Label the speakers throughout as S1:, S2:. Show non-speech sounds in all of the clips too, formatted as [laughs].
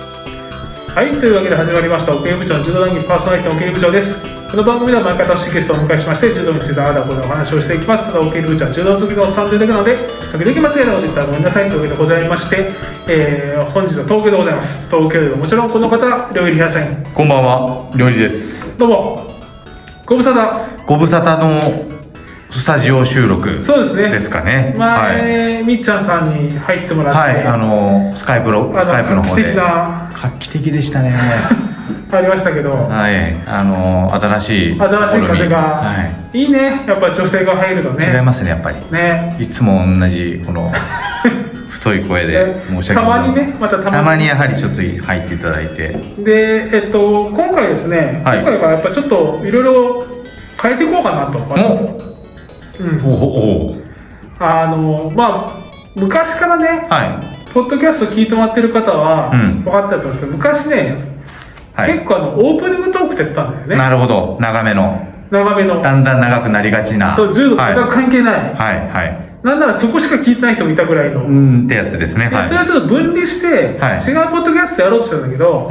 S1: はい、というわけで始まりました、奥江部長の柔道談義パーソナリティの奥江部長です。この番組では毎回私ゲストをお迎えしまして、柔道についてあなたこのお話をしていきます。ただ、奥江部長は柔道好きのおっさんというだけなので、時々間違いなこと言ったらごめんなさいというわけでございまして、えー本日は東京でございます。東京でももちろんこの方、料理リア社員。
S2: こんばんは、料理です。
S1: どうも、ご無沙汰。
S2: ご無沙汰のスタジオ収録
S1: そうですね。
S2: ですかね。はい。
S1: 前、みっちゃんさんに入ってもらって、
S2: はい、あのスカイプロ、
S1: あ
S2: ス
S1: の
S2: カイプの方で。
S1: 画
S2: 画期的でしたね。
S1: ありましたけど、
S2: [laughs] はい、あの新しい試み。
S1: 新しい風が、、
S2: はい
S1: いねやっぱ女性が入ると
S2: い。違い
S1: ね
S2: ますね、やっぱり。
S1: ね
S2: いつも同
S1: [laughs]
S2: じこの太い声で申し訳
S1: たま
S2: ない。
S1: にねまたたまに
S2: たまにやはりちょっと入っていただいて。
S1: でえっと今回ですね、
S2: はい
S1: 今回はやっぱちょっといろいろ変えていこうかなと、うん
S2: お、おお。
S1: あのまあ昔からね
S2: は
S1: ポッドキャスト聞いてもらってる方は
S2: うん
S1: 分かったと思うんですけど、昔ね、
S2: い。はい。
S1: 結構あのオープニングトークってやったんだよね
S2: なるほど、長めの。
S1: 長めの
S2: だんだん長くなりがちな。
S1: そう柔道
S2: はい
S1: 全く関係ない、
S2: はいはい。
S1: なんならそこしか聞いてない人もいたぐらいの、
S2: うんってやつですね。
S1: で
S2: はい
S1: それ。はちょっと分離して、
S2: はい
S1: 違うポッドキャストやろうとしたんだけど、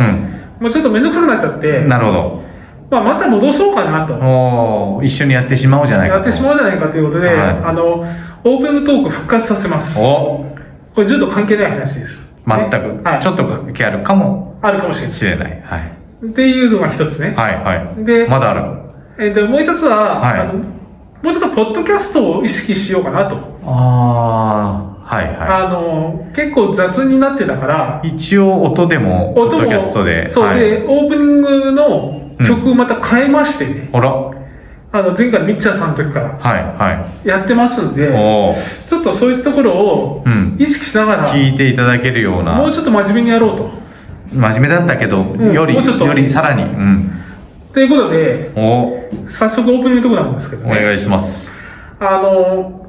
S2: う
S1: もうちょっと面倒くさくなっちゃって
S2: ん。なるほ
S1: まあ、また戻そうかなと
S2: ど。おお、一緒にやってしまおうじゃないか
S1: や
S2: と。
S1: ってしまおうじゃないかということで、
S2: はい
S1: あのオープニングトーク復活させます
S2: お
S1: これ柔道関係ない話です
S2: 全く、
S1: ねはい、
S2: ちょっと関係あるかも
S1: あるかもしれない
S2: しれない。はい。
S1: っていうのが一つね、
S2: はいはい。
S1: で
S2: まだある。
S1: えーでもう一つは、
S2: はい
S1: あのもうちょっとポッドキャストを意識しようかなと、
S2: ああ、はいは
S1: あの結構雑になってたから
S2: い。一応音でも、ポ
S1: 音
S2: ッ
S1: も
S2: ドキャストで。
S1: そう、
S2: はい、
S1: でオープニングの曲をまた変えましてね、
S2: ほら。はい
S1: あの前回のミッチャーさんの時から
S2: は
S1: やってますん
S2: い。
S1: で
S2: おお。
S1: ちょっとそういったところを
S2: うん。
S1: 意識しながら、
S2: 聞いていただけるよ
S1: も
S2: う
S1: う
S2: な、
S1: ちょっと真面目にやろうと。
S2: 真面目だったけど、
S1: ん
S2: より、
S1: もうちょっと
S2: よりさらに、うん。
S1: ということで、
S2: おお、
S1: 早速オープニングのところなんですけど
S2: お
S1: ね。
S2: 願いします。
S1: あの、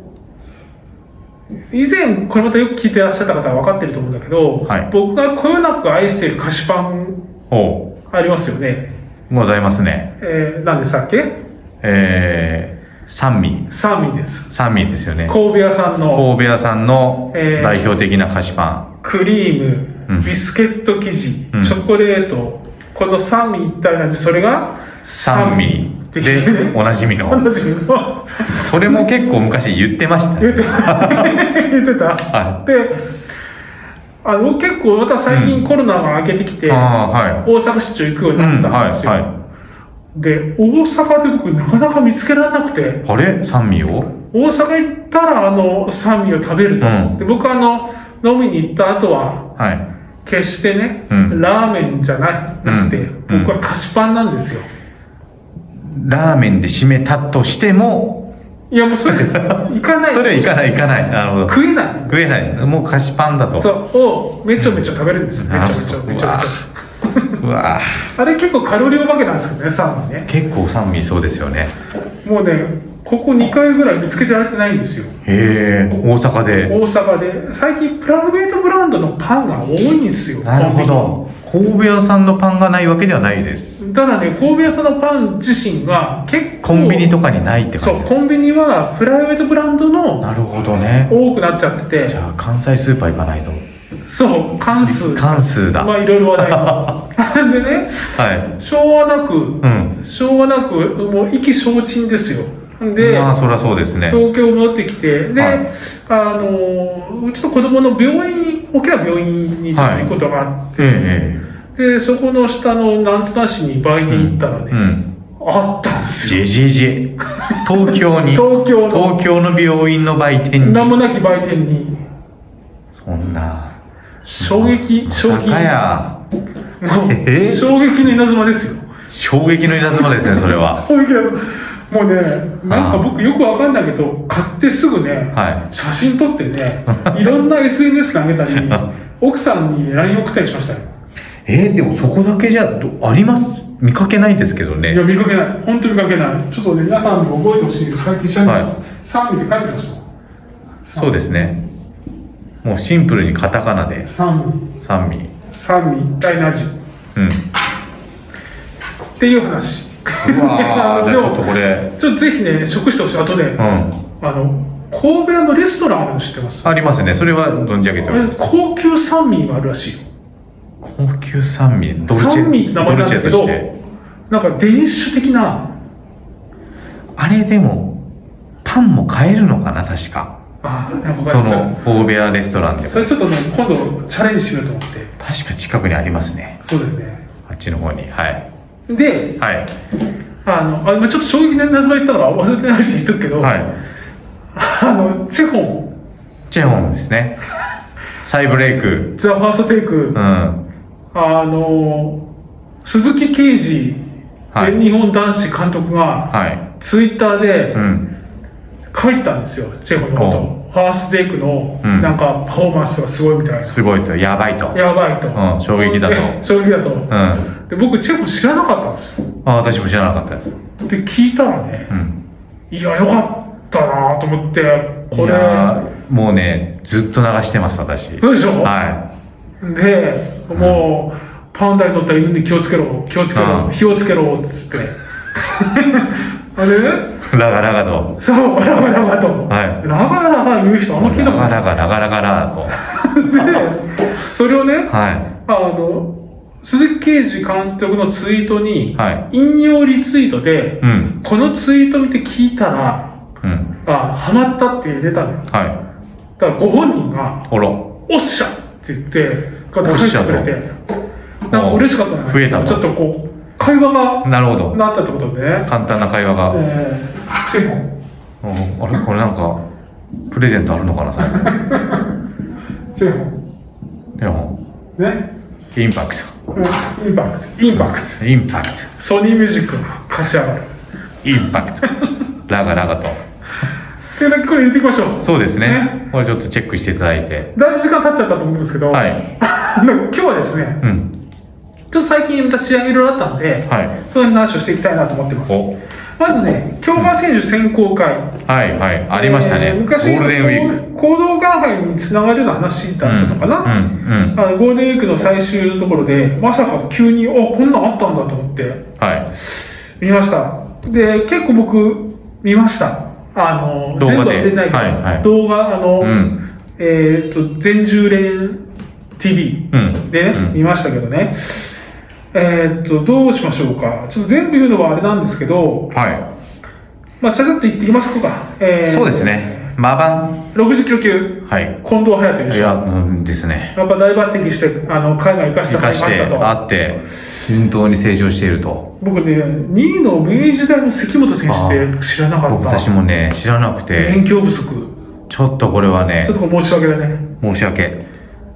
S1: 以前、これまたよく聞いてらっしゃった方は分かってると思うんだけど、
S2: はい
S1: 僕がこよなく愛している菓子パン
S2: おう、
S1: ありますよね。
S2: ございますね。
S1: えー、何でしたっけ
S2: えー、三味。
S1: 三味です。
S2: 三味ですよね。
S1: 神戸屋さんの
S2: 神戸屋さんの
S1: えー
S2: 代表的な菓子パン。
S1: クリー
S2: う
S1: ム、
S2: ん
S1: ビスケット生地、
S2: うん
S1: チョコレート、この三味一体なんで、それが
S2: 三味
S1: っていう
S2: で、
S1: ね。
S2: おなじみ
S1: 同 [laughs]
S2: の。
S1: じの
S2: それも結構昔言ってました
S1: 言っ
S2: ね。
S1: てた。言ってた。
S2: は
S1: であの結構また最近コロナが明けてきて、
S2: い。ああ、はい。
S1: 大阪出張行くように
S2: う
S1: なっ
S2: ん、
S1: た
S2: は
S1: ん
S2: い、
S1: ですよ、
S2: は
S1: で大阪で僕なかなか見つけられなくて
S2: い。あれ三味を
S1: 大阪行ったらあの三味を食べると、
S2: うん
S1: で僕あの飲みに行った後は
S2: はい。
S1: 決してね、
S2: うん
S1: ラーメンじゃないなくて、
S2: うん
S1: 僕は菓子パンなんですよ
S2: ラーメンで締めたとしても、
S1: いやもう
S2: [laughs]
S1: それ行かない
S2: それはいかない、いかない。なるほど。
S1: 食えない
S2: 食えない。もう菓子パンだと。
S1: そうをめちょめちょ食べるんですめ
S2: な
S1: ち
S2: る
S1: ょ
S2: ほ
S1: めち
S2: ど
S1: ょめちょめちょ
S2: うわぁ
S1: あれ結構カロリーお化けなんですけどね三味ね
S2: 結構三味そうですよね。
S1: もうね、ここ2回ぐらい見つけてられてないんですよ。
S2: へえ、大
S1: 大
S2: 阪で。
S1: 阪で。最近プライベートブランドのパンが多いんですよ。
S2: なるほど。神戸屋さんのパンがないわけではないです。
S1: コンビニ。ただね、神戸屋さんのパン自身が結構。
S2: コンビニとかにないって
S1: そ
S2: 感
S1: う、
S2: じ
S1: コンビニはプライベートブランドの
S2: なるほどね。
S1: 多くなっちゃって
S2: じ
S1: て、
S2: ゃあ、関西スーパー行かないと。
S1: そう、関数。
S2: 関数だ。
S1: ま
S2: は
S1: あいろいろ話
S2: [laughs]
S1: 題の。でね、
S2: い。
S1: しょうがなく、
S2: うん。
S1: しょうがなく、もう意気消沈ですよ。で、
S2: まあ、そりゃそうですね。
S1: 東京戻ってきて、で、
S2: はい
S1: あのーちょっと子供の病院、大きな病院にちょっと行くことがあっ
S2: え
S1: て、そこの下のなんとなしに売
S2: え。
S1: 店行ったらね、
S2: うん。
S1: あったんです
S2: じ
S1: よ。
S2: えじえじ
S1: [laughs]
S2: え。東京に、
S1: 東京の
S2: 東京の病院の売店
S1: 名
S2: に。
S1: もなき売店に、
S2: そんな。
S1: 衝撃、
S2: ま
S1: 衝
S2: さ
S1: 撃、
S2: かや。
S1: もう
S2: えー
S1: 衝撃の稲妻ですよ。
S2: 衝撃の稲妻ですね、そ
S1: [laughs]
S2: れは。
S1: 衝撃の稲妻。もうね、なんか僕よくわかんないけど、買ってすぐね、
S2: は
S1: 写真撮って
S2: [laughs]
S1: ね、いろんな SNS 投げたり、奥さんに LINE 送ったりしましたよ。
S2: い。えー、でもそこだけじゃ、どあります見かけないですけど
S1: いや、
S2: ね。
S1: 見かけない。本当に見かけない。ちょっとね、皆さんにも覚えてほしい。さっき一緒に、
S2: はい
S1: サンミって書いてたでしょ。
S2: そうですね。もうシンプルにカタカナで、
S1: サン
S2: 三味。
S1: ミ、サンミ一体なじ。っ
S2: うん。
S1: ていう話。
S2: う
S1: [laughs]
S2: わー
S1: で
S2: じゃあちょ
S1: も
S2: っとこれ。
S1: ちょっとぜひね、食してほしい。あとね、
S2: うん。
S1: あの、神戸屋のレストランあるの知ってます
S2: ありますね。それは存じ上げております。
S1: 高級三味があるらしいよ。
S2: 高級酸味ドルチェ
S1: 三味って名前なんだけど
S2: ドルチェとして
S1: なんかデニッシュ的な
S2: あれでもパンも買えるのかな確か
S1: あーなんか
S2: そのフォーベアレストランでも
S1: それちょっとね今度チャレンジしてみようと思って
S2: 確か近くにありますね
S1: そうだよね
S2: あっちの方にはい
S1: で
S2: はい
S1: あのあ今ちょっと衝撃な謎が言ったから忘れてないし言っとくけど、
S2: はい
S1: あのチェホン
S2: チェホンですね再ブレイク
S1: ザ・ファーストテイク、
S2: うん
S1: あの鈴木啓治
S2: はい
S1: 全日本男子監督が
S2: はい
S1: ツイッターで
S2: うん
S1: 書いてたんですよ、チェホンのことファーストテイクの
S2: うん
S1: なんかパフォーマンスがすごいみたいな、
S2: すごいとやばいとうん
S1: やばいと、
S2: 衝撃だと
S1: で衝撃だと、
S2: うんあ
S1: で僕チェホン知らなかったんですよ
S2: 私も知らなかったです
S1: で聞いたらね
S2: うん
S1: いやよかったなと思ってこ
S2: い
S1: れ
S2: やーもうねずっと流してます私
S1: どうでしょう、
S2: は
S1: でもう、パンダに乗った犬に気をつけろ気をつけろ、
S2: うん
S1: 火をつけろっつって [laughs] あれ
S2: いラガラガと
S1: そう、ラガラガと。
S2: はい
S1: ラガラガ言う人あんま聞いたこと
S2: ラ
S1: な
S2: ガラガラガラガラ
S1: [laughs]
S2: と
S1: い。で、それをね、
S2: は
S1: あの、鈴木啓治監督のツイート
S2: い
S1: に、
S2: はい
S1: 引用リツイートで、
S2: うん
S1: このツイート見て聞いたら、
S2: うん
S1: あ、ハマったって入れたのよ。
S2: は
S1: だからご本人が
S2: い、ほら
S1: おっしゃって言って、が返してくれて、なんか嬉しかったのよ
S2: 増えたの
S1: ちょっとこう、会話が
S2: なるほど
S1: なったってことでね。
S2: 簡単な会話が、
S1: えー、でも
S2: うんあれこれなんかプレゼントあるのかな最後
S1: でも
S2: でも
S1: ね、
S2: インパク
S1: うんインパクト、インパクト。
S2: トインパクト
S1: ソニーミュージックが勝ち上がる。
S2: インパクトラガラガと
S1: というだけこれ入れていきましょう。
S2: そうですね
S1: ね
S2: これちょっとチェックしていただいて
S1: だいぶ時間経っちゃったと思うんですけど、
S2: はい
S1: [laughs] あの今日はですね、
S2: うん
S1: ちょっと最近また試合いろいろあったんで、
S2: はい
S1: その辺の話をしていきたいなと思ってます。
S2: お
S1: まずね、京馬選手選考会。
S2: はいはいありましたね、
S1: えー
S2: ゴ
S1: 昔
S2: ールデンウィーク
S1: ク。行動が杯につながるような話だったのかな。
S2: うんうん、うん、
S1: あのゴールデンウィークの最終のところで、まさか急に、あ、こんなんあったんだと思って
S2: はい
S1: 見ました。で、結構僕、見ました。あの、
S2: 動
S1: 全
S2: 画で
S1: 部は見れないけど、
S2: はいはい
S1: 動画、あの、
S2: うん
S1: えっ、と、全10連 TV
S2: うん
S1: でね、
S2: うん
S1: 見ましたけどね。えっ、と、どうしましょうか。ちょっと全部言うのはあれなんですけど、
S2: は
S1: まあ、ちゃちゃっと言ってきますか。え
S2: い
S1: ー
S2: そうです。ねマバン
S1: 60キロ級、
S2: はい
S1: 近藤隼人
S2: い
S1: 優
S2: や
S1: 勝。
S2: うんですね
S1: やっぱ大抜擢して、あの、海外行かせ
S2: 生
S1: た
S2: かして
S1: があったと。
S2: あって順当に成長していると
S1: 僕ね、2位の明治大の関本選手って知らなかっ
S2: 僕
S1: た。
S2: 私もね知らなく
S1: 勉
S2: て
S1: 強不足。
S2: ちょっとこれはね
S1: ちょっとこれ申し訳ないね。
S2: 申し訳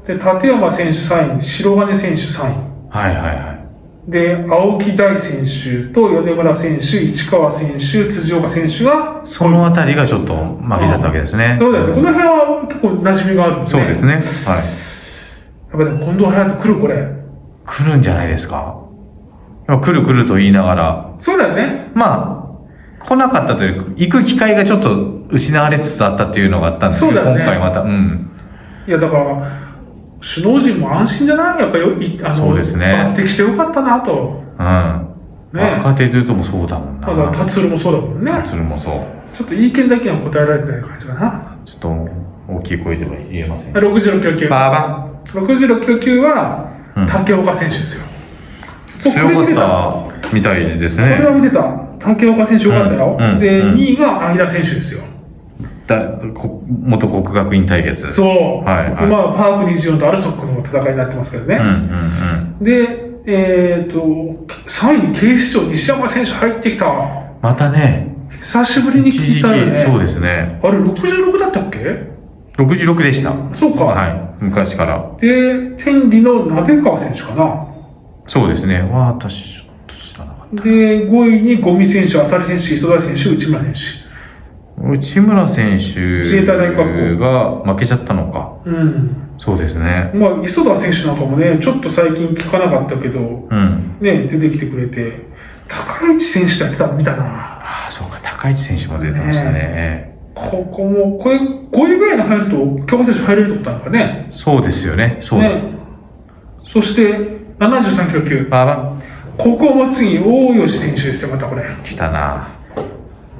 S1: で、立山選手3位、白金選手3
S2: はいはいはい
S1: 位。で、青木大選手と米村選手、市川選手、辻岡選手が、
S2: そのあたりがちょっと負けちゃったわけですね
S1: そうだよね。この辺は結構馴染みがある、ね。
S2: そうです
S1: ね。
S2: ねはい
S1: やっぱでも近藤隼人来るこれ。
S2: 来るんじゃないですかいや来る来ると言いながら
S1: そうだよね。
S2: まあ来なかったというか行く機会がちょっと失われつつあったっていうのがあったんですけど、
S1: そうだよね
S2: 今回またうん
S1: いや、だから、首脳陣も安心じゃないやっぱよ、いあの、
S2: そうですね
S1: 抜擢してよかったなと。
S2: うん
S1: ね
S2: 若手というともそうだもんな
S1: ただ、達郎もそうだもんね。
S2: 達郎もそう
S1: ちょっといい見だけは答えられてない感じかな。
S2: ちょっと大きい声では言えません
S1: 66キロ級。
S2: バーバン
S1: 66キロ級は
S2: うん、
S1: 竹岡選手ですよ。僕これ見
S2: 強
S1: て
S2: かったみたいです
S1: これは
S2: ね。
S1: 見てた竹岡選手よかったよ、
S2: うんうん
S1: で、
S2: うん
S1: 2位が相田選手ですよ
S2: だこ元国学院対決。。
S1: そうう、
S2: はいはい
S1: 今はパーク24とアルソックの戦いになってますけど
S2: うんう
S1: ね、
S2: ん
S1: でえっ、と3位に警視庁西山選手入ってきた
S2: うん。またね、
S1: 久しぶりに
S2: 一
S1: 聞
S2: 時
S1: い
S2: 期、
S1: たよね
S2: そうですね。
S1: あれ66だったっけ
S2: 66でした。
S1: そうか、
S2: はい。昔から。
S1: で天理の鍋川選手かな
S2: そうですね。わあ、私、ちょっと知らなかっ
S1: で5位に五味選手浅利選手磯田選手内村選
S2: た。内村選
S1: 自衛隊大
S2: 手
S1: 学
S2: が負けちゃったのか。
S1: 手うん
S2: そうですね。
S1: まあ磯田選手なんかもねちょっと最近聞かなかったけど
S2: うん。
S1: ね、出てきてくれて、高市選手とやってたの見たな。
S2: ああ、そうか。高市選手も出てましたね。
S1: ここも、これ、5位ぐらいに入ると、強化選手入れるってことなのかね。
S2: そうですよね。そうだ。
S1: ね。そして、73キロ級。
S2: バーバン。
S1: ここも次、大吉選手ですよ、またこれ。
S2: 来たな。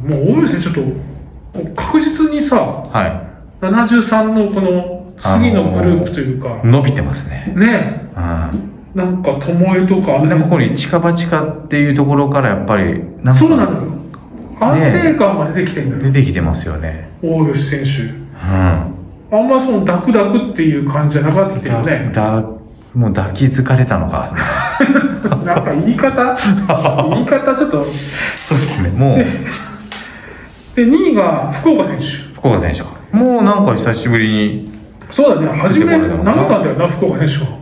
S1: もう大吉選手、ちょっと、もう確実にさ、
S2: は
S1: 73のこの、次のグループというか
S2: い。、伸びてますね。
S1: ね、
S2: うん。
S1: なんか巴とかあ
S2: で
S1: の
S2: もこ
S1: 辺
S2: れ近場近っていうところからやっぱりなんか
S1: そうなのよ安定感が出てきてるのよ、
S2: 出てきてますよね
S1: 大吉選手
S2: うん
S1: あんまそのダクダクっていう感じじゃなくなってきてるよ
S2: [laughs]
S1: ね
S2: だもう抱きつかれたのか
S1: なんか言い
S2: [laughs]
S1: 方言い方ちょっと
S2: そうですねもう
S1: で2位が福岡選手
S2: 福岡選手かもうなんか久しぶりに
S1: そうだね初め
S2: 出てこないの
S1: 投げ
S2: かな
S1: たんだよな福岡選手は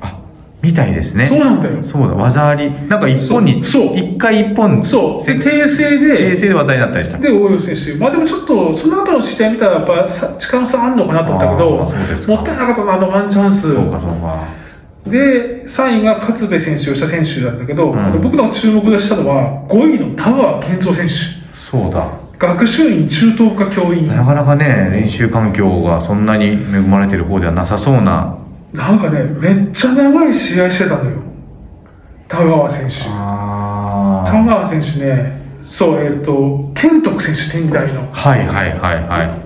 S2: あみたいです
S1: そう
S2: ね
S1: なんだよ
S2: そうだ技ありなんか一本に
S1: そうそう
S2: 一回一本
S1: そう
S2: せ
S1: で訂正で
S2: 平成で技になったりした
S1: で大吉選手、まあ、でもちょっとその後の試合見たら、やっぱさ時間差あるのかなと思ったけ
S2: あーそうです
S1: ど、も
S2: か
S1: ったいなかったな、あのワンチャンス。
S2: そうかそうか
S1: で、3位が勝部選手、吉田選手なんだけど、
S2: うん
S1: あの僕の注目したのは、5位の田川健三選手、
S2: そうだ
S1: 学習院中等科教員、
S2: なかなかね練習環境がそんなに恵まれてる方ではなさそうな
S1: なんかね、めっちゃ長い試合してたのよ、田川選手。
S2: あ
S1: 田
S2: ー
S1: 川選手ね、そう、えっ、と、健徳選手、天台の、
S2: はいはいはいは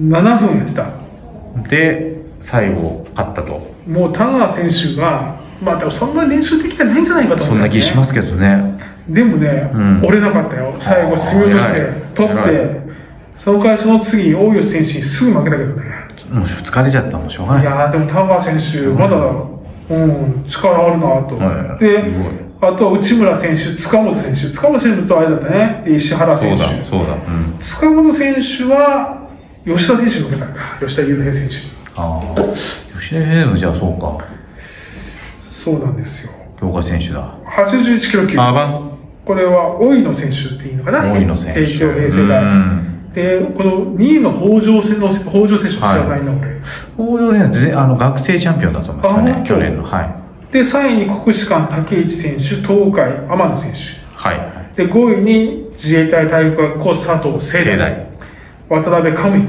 S1: 7分やってた。
S2: いで最後勝ったと
S1: もう田川選手が、まあ、でもそんな練習できてないんじゃないかと思
S2: そ
S1: うんだ
S2: な
S1: よね、
S2: 気しますけどね
S1: でもね、
S2: うん
S1: 折れなかったよ、最後、スムートして
S2: あー偉い、
S1: 取っ
S2: 偉
S1: て、その回、その次、大吉選手にすぐ負けたけどね、
S2: もう疲れちゃったもうしょうがない
S1: いやー、でも田川選手、まだ、うん、力あるなと、
S2: はい
S1: です
S2: ごい
S1: あとは内村選手、塚本選手、塚本選手とあれだったね、で石原
S2: そ
S1: 選
S2: う
S1: 手、
S2: だそうだうん
S1: 塚本選手は吉田選手に負けたんだ、吉田優平選手、
S2: ああ吉田選手もじゃあそうか
S1: そうなんですよ、
S2: 強化選手だ
S1: 81キロ級。
S2: あバン
S1: これは大井野選手っていいのかな、
S2: 大井の選手
S1: 帝京平成
S2: う
S1: 大。
S2: ん
S1: で、この2位の北条選手の北条選手知らないな、これ。
S2: 王道ね、ぜあの学生チャンピオンだと思いますか
S1: あ本
S2: ね、
S1: 当
S2: 去年の。はい。
S1: で、3位に国士舘武一選手、東海天野選
S2: はい。
S1: 手。で、5位に自衛隊体育学校佐藤聖
S2: 盛
S1: 大。
S2: 大。
S1: 渡辺上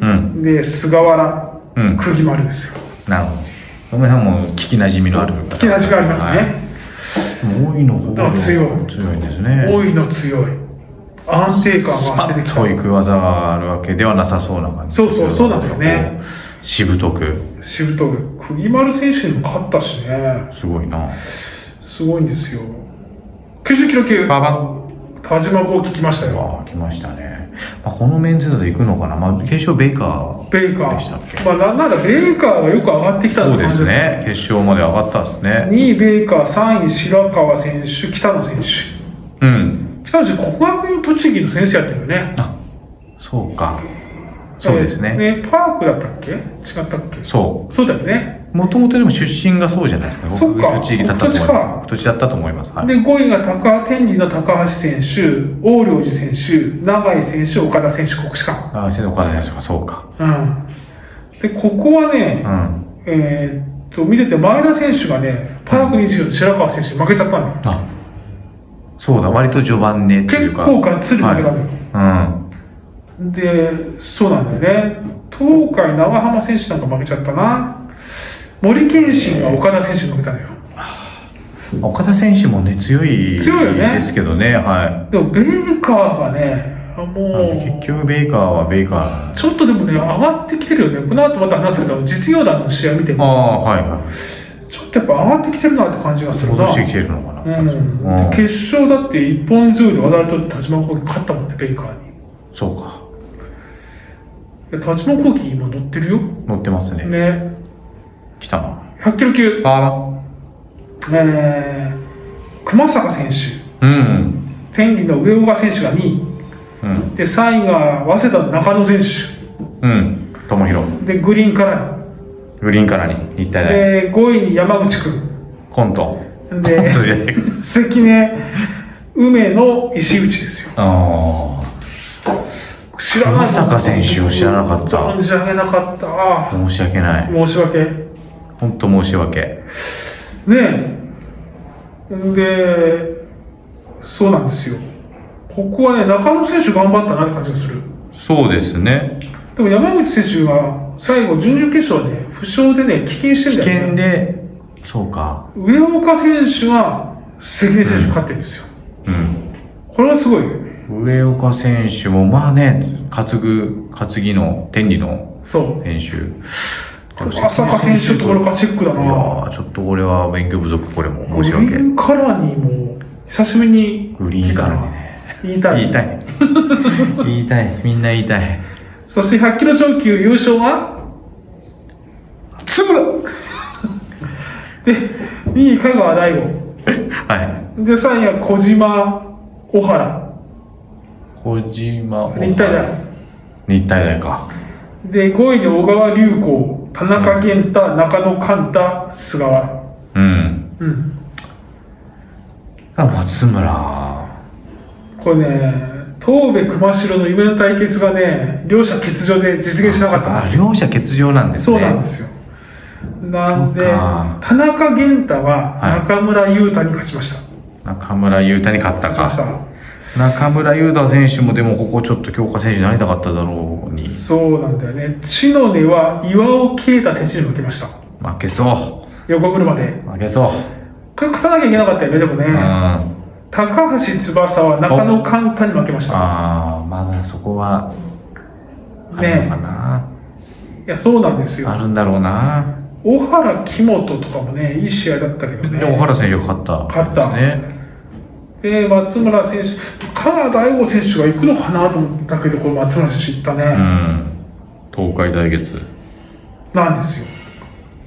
S2: うん。
S1: で、菅原、
S2: うん
S1: 釘丸ですよ。
S2: なるほど。この辺はもう聞き馴染みのある部分。
S1: 引き出しがありますね。
S2: はい。もう多いの方が
S1: 強い
S2: 強いんですね。
S1: 大井の強い。安定感
S2: スパ
S1: が出て
S2: ッ
S1: きた
S2: と。いく技があるわけではなさそうな感じ。
S1: そうそうそうなんだよね。
S2: しぶとく。
S1: しぶとく。釘丸選手にも勝ったしね。
S2: すごいな。
S1: すごいんですよ。90キロ級。
S2: ババン。
S1: 田島こう聞きましたよ。
S2: わあ、来ましたね。まあ、このメンズだと行くのかな。まあ、決勝ベイカー。
S1: ベイカ
S2: でしたっけ
S1: ー。まあ、なんならベイカーがよく上がってきた
S2: そう
S1: って
S2: で
S1: 感じ
S2: す。ね。決勝まで上がったですね。
S1: 2位ベイカー、3位白川選手、北野選手。
S2: うん。
S1: 北野選手、国学院栃木の先生やってるよね。
S2: あ、そうか。そうですね。
S1: えーね、パークだったっけ違ったっけ。
S2: そう
S1: そうだよね。
S2: う。もともとでも出身がそうじゃないですか。
S1: そっか
S2: 僕土地だったと思い
S1: 僕土地
S2: ます。土地だったと思います。はい。
S1: で、5位が高天理の高橋選手、大領寺選手、永井選手、岡田選手、国士舘。
S2: ああ、先生岡田選手か、そうか。
S1: うん。で、ここはね
S2: う、ん。
S1: えーっと、見てて前田選手がね、パーク24の白川選手に負けちゃったんだよ。
S2: あ、そうだ、割と序盤ねってい
S1: 結
S2: うか。
S1: 構がっつり負けたんだよ。
S2: うん。
S1: で、そうなんだよね、東海、長浜選手なんか負けちゃったな、森健信は岡田選手に負けたのよ、
S2: 岡田選手もね、強い
S1: 強いよね
S2: ですけどね、は
S1: でもベーカーがね、あ
S2: い。
S1: も
S2: なんで結
S1: う、
S2: 局、ベイカーはベイカーなんで
S1: ちょっとでもね、上がってきてるよね、この後また話すけど、実業団の試合見て
S2: あ
S1: も、
S2: あ、はいはい。
S1: ちょっとやっぱ上がってきてるなって感じがするな
S2: 戻し。てきてるのかな。
S1: うん、で決勝だって一本強いで渡辺と田島幸輝勝ったもんね、ベイカーに。
S2: そうか。
S1: で田島幸輝今乗ってるよ。
S2: 乗ってますね。
S1: ね、
S2: 来たな。
S1: 100キロ級、
S2: あ
S1: えー、熊坂選手、
S2: あ。うん。
S1: 天理の上岡選手が2位。
S2: うん。
S1: で3位が早稲田の中野選手
S2: うん。友広。
S1: でグリーンカラ
S2: グリーンからに、日体
S1: ー
S2: 大。
S1: にで5位に山口君
S2: コント。
S1: で
S2: コントじゃない
S1: 関根梅の石内ですよ
S2: あ
S1: 知らな
S2: まさか選手を知らなかった
S1: 存じ上げなかった
S2: あ、
S1: あ
S2: 申し訳ない。
S1: ー申し訳ね
S2: 本当申し訳。
S1: えんでそうなんですよここはね中野選手頑張ったなって感じがする
S2: そうですね。
S1: でも山口選手が最後準々決勝でね負傷でね棄権して
S2: 危
S1: んだよね
S2: 険で、そうか。
S1: 上岡選手は関根選手勝ってるんですよ、
S2: うん。
S1: これはすごいよね
S2: 上岡選手も、まあね、担ぐ、担ぎの、天理の
S1: そう
S2: 選手。
S1: 浅香選手ちょっとこれガチックだない
S2: やーちょっとこれは勉強不足、これも
S1: グ
S2: 申
S1: リ
S2: し訳
S1: ー。ンカラーにも久しぶりに
S2: グリーンカラーね。
S1: 言いたい
S2: 言いたい。
S1: [laughs]
S2: 言いたい。みんな言いたい。
S1: そして100キロ超級優勝は津村で2位香川大悟
S2: はい。
S1: で3位は小島小原
S2: 小島を
S1: 日体大
S2: 日体大か。
S1: で5位に小川隆子田中健太中野寛太菅原
S2: うん。
S1: うん
S2: あ、松村。
S1: これね東部熊代の夢の対決がね両者欠場で実現しなかったんですよ
S2: あ両者欠場なんです
S1: そ
S2: ね。
S1: うなんですよなんで
S2: そうか
S1: 田中健太は
S2: はい
S1: 中村優太に勝ちました、
S2: 中村優太に勝った
S1: 勝ちま
S2: か。
S1: し
S2: 中村優太選手もでもここちょっと強化選手になりたかっただろうに
S1: たそうなんだよね知の根は岩尾啓太選手に負けました
S2: 負けそ
S1: 横車で
S2: う負けそう
S1: これ勝たなきゃいけなかったよねでもね、
S2: うんあ
S1: 高橋翼は中野寛太に負けました
S2: あまだそこはあるのかな、
S1: いやそうなんですよ
S2: あるんだろうな、
S1: 小原木本とかもねいい試合だったけどね
S2: で小原選手が勝った、
S1: 勝った
S2: ね
S1: で松村選手、香川大悟選手が行くのかなと思ったけど、これ松村選手行ったね、
S2: うん東海大月
S1: なんですよ。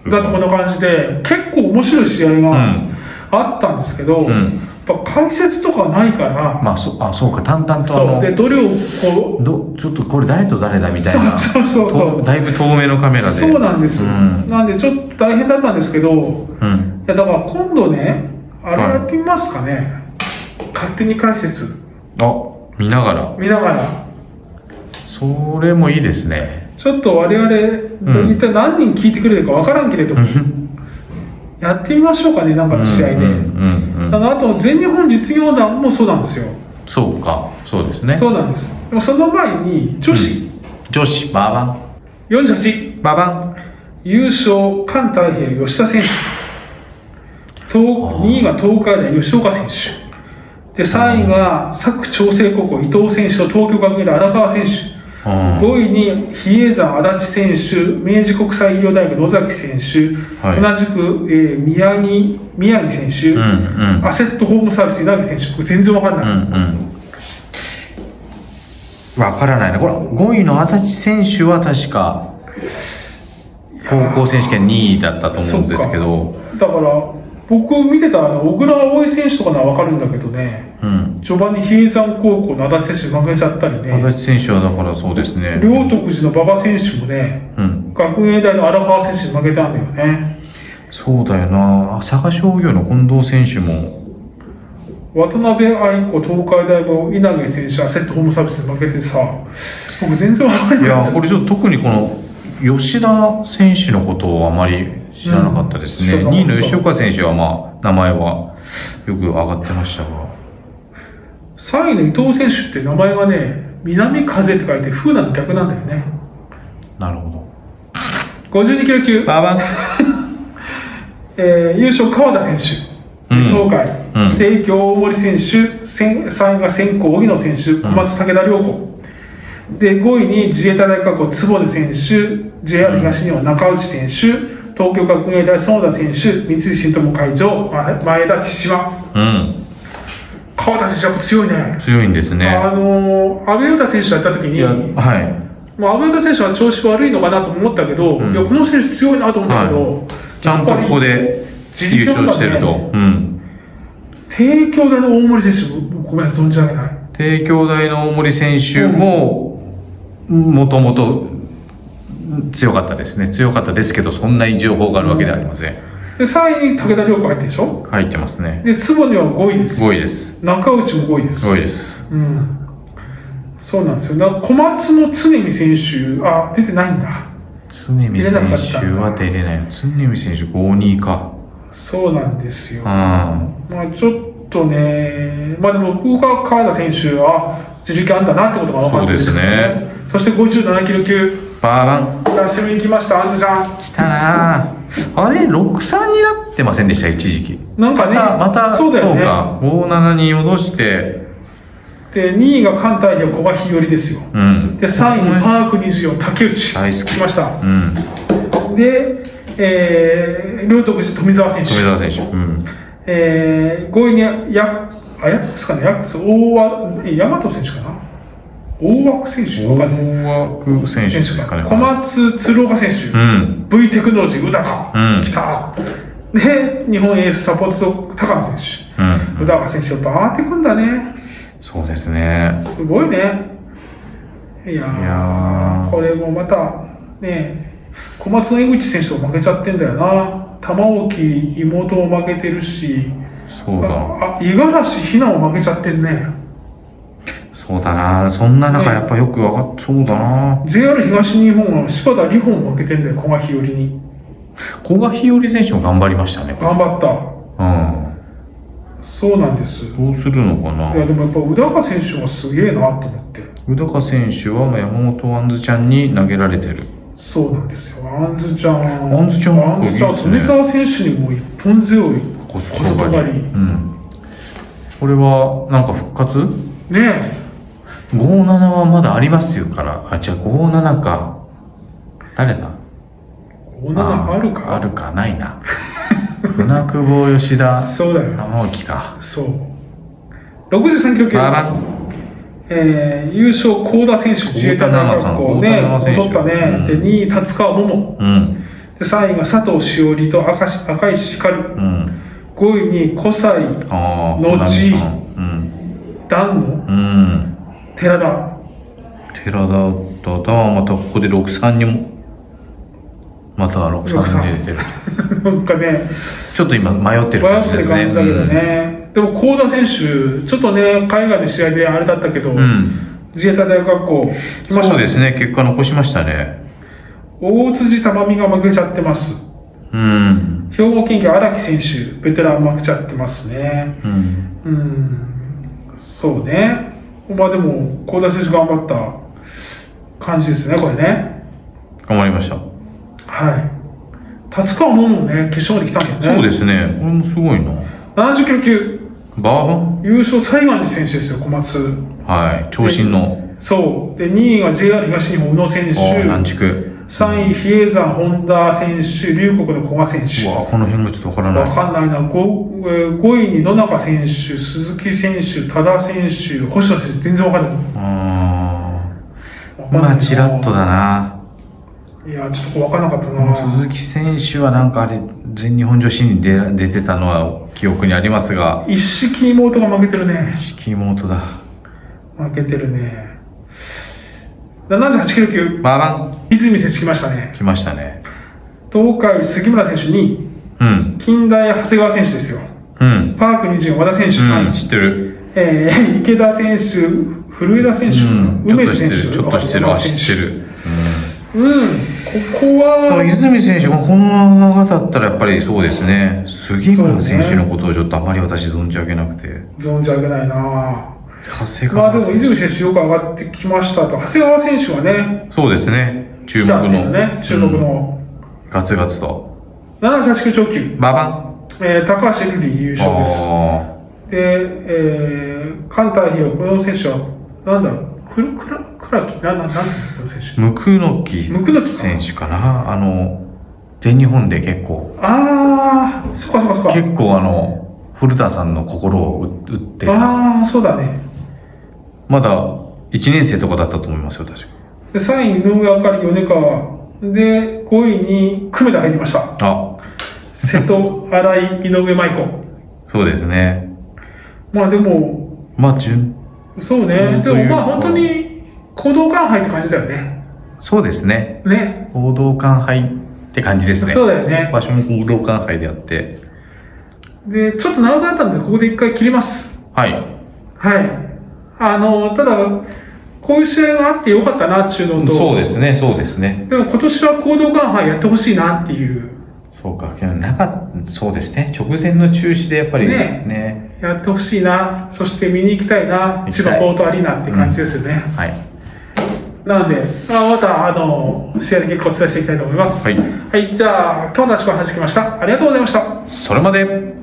S1: だってこんな感じで、結構面白い試合
S2: う
S1: が
S2: ん
S1: あったんですけど、
S2: うん、
S1: やっぱ解説とかないから、
S2: まあそあそうか淡々とあ
S1: そう
S2: の
S1: でどれをこ
S2: どちょっとこれ誰と誰だみたいな
S1: う、そうそうそう
S2: と、だいぶ遠目のカメラで
S1: そうなんです、
S2: うん
S1: なんでちょっと大変だったんですけど、い
S2: うん、
S1: やだから今度ね、あれやってみますかね、勝手に解説、
S2: あ見ながら
S1: 見ながら。
S2: それもいいですね
S1: ちょっと我々、
S2: うん
S1: 一体何人聞いてくれるか分からんけれども、やってみましょうかね、なんかの試合で。
S2: うんうんうんう
S1: あ
S2: ん
S1: のあと、全日本実業団もそうなんですよ。
S2: そうかそうですね
S1: そうなんです。でもその前に、女子
S2: 女子ババ
S1: 48、
S2: ンババン
S1: 優勝、関太平、吉田選手。東
S2: あー
S1: 2位が東海大、吉岡選手。で、3位が佐久長聖高校、伊藤選手と東京学院大荒川選手。
S2: うん
S1: 5位に比叡山足立選手、明治国際医療大学野崎選手、
S2: はい
S1: 同じく、えー宮城宮城選手、
S2: うんうん
S1: アセットホームサービス稲城選手、これ全然わかん
S2: う
S1: ない、
S2: んうんわからないねこれ5位の足立選手は確か高校選手権2位だったと思うんですけど
S1: だから僕見てたあの小倉葵選手とかのはわかるんだけどね、
S2: うん
S1: 序盤に比叡山高校の足立選手負けちゃったり
S2: 足
S1: ね、
S2: 立選手はだからそうですね
S1: 両徳寺の馬場選手もね、
S2: うん
S1: 学芸大の荒川選手に負けたんだよね、
S2: そうだよな佐賀商業の近藤選手も
S1: 渡辺愛子、東海大の稲毛選手、アセットホームサービスに負けてさ、僕全然わかんない
S2: いやこれちょっと特にこの吉田選手のことをあまり知らなかったですね、
S1: うん
S2: 2位の吉岡選手はまあ名前はよく上がってましたが
S1: 3位の伊藤選手って名前がね、南風って書いて、風なの逆なんだよね。
S2: なるほど
S1: 52キロ級、
S2: ババン
S1: えー優勝、川田選手、
S2: うん
S1: 東海、
S2: うん
S1: 帝京、大森選手、先3位が先行、荻野選手、小松武田良子、で5位に自衛隊大学校、坪根選手、JR 東日本、中内選手、東京学芸大、園田選手、三井住友会場、ま前田、千島、
S2: うん
S1: 川田選手、やっぱ強いね。
S2: 強いんですね
S1: あのー、阿部詩選手やった時
S2: い
S1: に、
S2: やはい
S1: まあ、阿部詩選手は調子悪いのかなと思ったけど、
S2: うん
S1: いやこの選手強いなと思ったけど、
S2: ちゃんとここで優勝してると、
S1: 自力
S2: うん
S1: 帝京大の大森選手も、ごめんなさい、存じ上げない。
S2: 帝京大の大森選手ももともと強かったですね強かったですけどそんなに情報があるわけではありません
S1: で、3位に武田良子入ってるでしょ
S2: 入ってますね
S1: で、坪には5位です。
S2: 5位です
S1: 中内も5位です。
S2: 5位です
S1: うん。そうなんですよ。だから小松の常見選手、あ、出てないんだ。
S2: 常見選手は出れないの常見選手52か
S1: そうなんですよ。
S2: うん
S1: まあ、ちょっとね、まあでも、僕は川田選手は自力あんだなってことが分かってるんけど
S2: そうで。
S1: そして57キロ級、
S2: バーバン
S1: 久しぶりに来ました、アンズちゃん。
S2: 来たなああれ63になってませんでした一時期
S1: なんか
S2: ま
S1: ね、
S2: たまた
S1: そうだよね。
S2: か57に戻して
S1: で、2位が関太平洋、小賀日和ですよ。
S2: うん
S1: で、3位にパーク24、竹内。
S2: 大好き
S1: 来ました。
S2: うん
S1: で、えー、両徳寺富澤選手
S2: 富澤選手。うん。
S1: えー、5位にヤあヤックスかなヤックス大和え大和選手かな大枠選手わかんない
S2: 大枠選手
S1: 選
S2: で
S1: 手
S2: すか
S1: か
S2: ね。
S1: な小松鶴岡選手、
S2: うん。
S1: V テクノロジー宇高、
S2: うん
S1: 来たで日本エースサポート高野選
S2: う
S1: 手宇
S2: ん。
S1: 高選手がバーってくんだね
S2: そうですね。
S1: すごいねいやー
S2: やー
S1: これもまたね小松の江口選手と負けちゃってんだよな玉置妹も負けてるし
S2: そうだ。
S1: ああ五十嵐ひなも負けちゃってんね
S2: そうだな。そんな中、やっぱよくわかっ、そうだな。
S1: JR 東日本は柴田理本も負けてんだよ古賀日和に
S2: 古賀日和選手も頑張りましたね。
S1: 頑張った
S2: う
S1: そうなんですい
S2: ん。どうするのかな。
S1: やでもやっぱ宇高選手もすげえなと思って
S2: 宇高選手はまあ山本杏ちゃんに投げられてる。
S1: そうなんですよアンズちゃん
S2: アンズちゃん
S1: アンズちゃ
S2: いい
S1: ん
S2: ですね
S1: 富澤選手にもう一本背負い
S2: 小外
S1: 小外刈り
S2: うん。これは、なんか復活
S1: ね
S2: ?57 はまだありますよから。あ、じゃあ57か。誰だ
S1: え57あるか
S2: あるか、ないな。船久保、吉田、
S1: そうだよ
S2: 玉置か。
S1: そう63キロ級、
S2: バラ
S1: えー、優勝幸田選手自衛隊大学校ね
S2: 幸田奈々さん
S1: 取
S2: 幸
S1: った
S2: 田奈々選
S1: ね
S2: 手
S1: で2位達川桃
S2: うん。
S1: で3位が佐藤しおりと赤し赤石光
S2: うん。
S1: 5位に小西
S2: ああ、
S1: 後
S2: 穂波さんうん。
S1: 丹野
S2: うん。
S1: 寺田 [laughs]
S2: 寺田だだ、またここで63にも、また63に出てる。
S1: なんかね
S2: ちょっと今迷ってる
S1: 迷
S2: 感
S1: っ
S2: じ
S1: て
S2: で
S1: る
S2: すね。
S1: 感じだけどね、でも幸田選手ちょっとね海外の試合であれだったけど、
S2: うん。うん
S1: 自衛隊大学校来ました
S2: そうですね、結果残しましたね。
S1: 大辻玉美が負けちゃってます
S2: うん。
S1: 兵庫県警荒木選手ベテラン負けちゃってますね
S2: うん。
S1: うんそうねまあでも幸田選手頑張った感じですねこれね
S2: 頑張りました。
S1: はい達川桃もね決勝まで来たんだよね
S2: そうですね、これもすごいな。
S1: 70キロ級
S2: バーボン
S1: 優勝最後に選手ですよ小松
S2: はい、長身の、
S1: そうで2位が JR 東日本宇野選手
S2: ああ南畜。
S1: 3位比叡山本田選手龍谷の古賀選
S2: う
S1: 手
S2: わこの辺がちょっとわから
S1: わ
S2: ない。
S1: かんないな 5, 位に野中選手鈴木選手多田選手星野選手全然わかんない
S2: あ
S1: わ
S2: あ、
S1: かんない
S2: まあ、ちらっとだな。
S1: いやちょっとわかんなかった
S2: この
S1: な
S2: 鈴木選手はなんかあれ、全日本女子に出ら出てたのは記憶にありますが、
S1: 一式妹が負けてるね
S2: 敷本だ。
S1: 負けてるね78キロ級
S2: バーバ
S1: 泉選手来ましたね
S2: ン来ましたね。
S1: 東海杉村選手2位
S2: うん、
S1: 近代長谷川選手ですよ
S2: うん、
S1: パーク24和田選手3位、
S2: うん、知ってる。
S1: えー池田選手、古枝選手、
S2: うん、ちょっ
S1: 梅
S2: と
S1: 津
S2: 知
S1: 選
S2: って
S1: 手、
S2: る。ちょっと知ってる。あ、
S1: 山田選
S2: 知
S1: 手
S2: って。る。
S1: うん、ここ
S2: うん、
S1: は、
S2: 泉選手がこの長だったらやっぱりそうですね。杉村選手のことをちょっとあまり私存じ上げなくて。
S1: 存じ上げないな
S2: 長谷
S1: まあで
S2: 川
S1: も、
S2: 選手。
S1: 泉選手よく上がってきましたと、長谷川選手はね、
S2: そうですね。注
S1: 来
S2: 目
S1: たっていう
S2: の。
S1: ね、注目
S2: うん
S1: の、
S2: ガツガツと。
S1: 78キロ超級、
S2: ババン。
S1: えー高橋瑠璃優勝です。
S2: あ
S1: で、えー、関太平洋、この選手は、なんだろう、くる、くら、くらき、なん、なん、なんていう選
S2: ー。ムクノキ
S1: ムクノキか
S2: 選手かな。あの、全日本で結構、
S1: 手。あー、そっかそっかそっか。
S2: 結構あの、古田さんの心を打って、
S1: あー、そうだね。
S2: まだ1年生とかだったと思いますよ、確か。
S1: で3位、井上あかり、米川。で、5位に久米田入りました。
S2: あ、
S1: 瀬戸、新井、井上舞子。
S2: そうですね。
S1: まあでも、
S2: まあ、順、
S1: そうね。
S2: 本
S1: で
S2: 当に
S1: もまあ本当に、行動感杯って感じだよね。
S2: そうですね。
S1: ね。
S2: 行動館杯って感じですね。
S1: そうだよね。
S2: 場所も行動館杯であって。
S1: で、ちょっと長くなったので、ここで一回切ります。
S2: はい。
S1: はい。あの、ただ、こういう試合があってよかったなっていうのと、
S2: そうですね、そうですね。
S1: でも今年は行動感杯やってほしいなっていう、
S2: そうか、けどなかそうですね。直前の中止でやっぱり
S1: ね
S2: ね。
S1: やってほしいな、そして見に行きたいな、
S2: 行き
S1: 千
S2: たい
S1: 葉ポートアリーナって感じですよね。
S2: はい。
S1: なので、まあ、またあの試合の結果をお伝えしていきたいと思います。
S2: はい
S1: はい、じゃあ、今日の話は話聞きました。ありがとうございました。
S2: それまで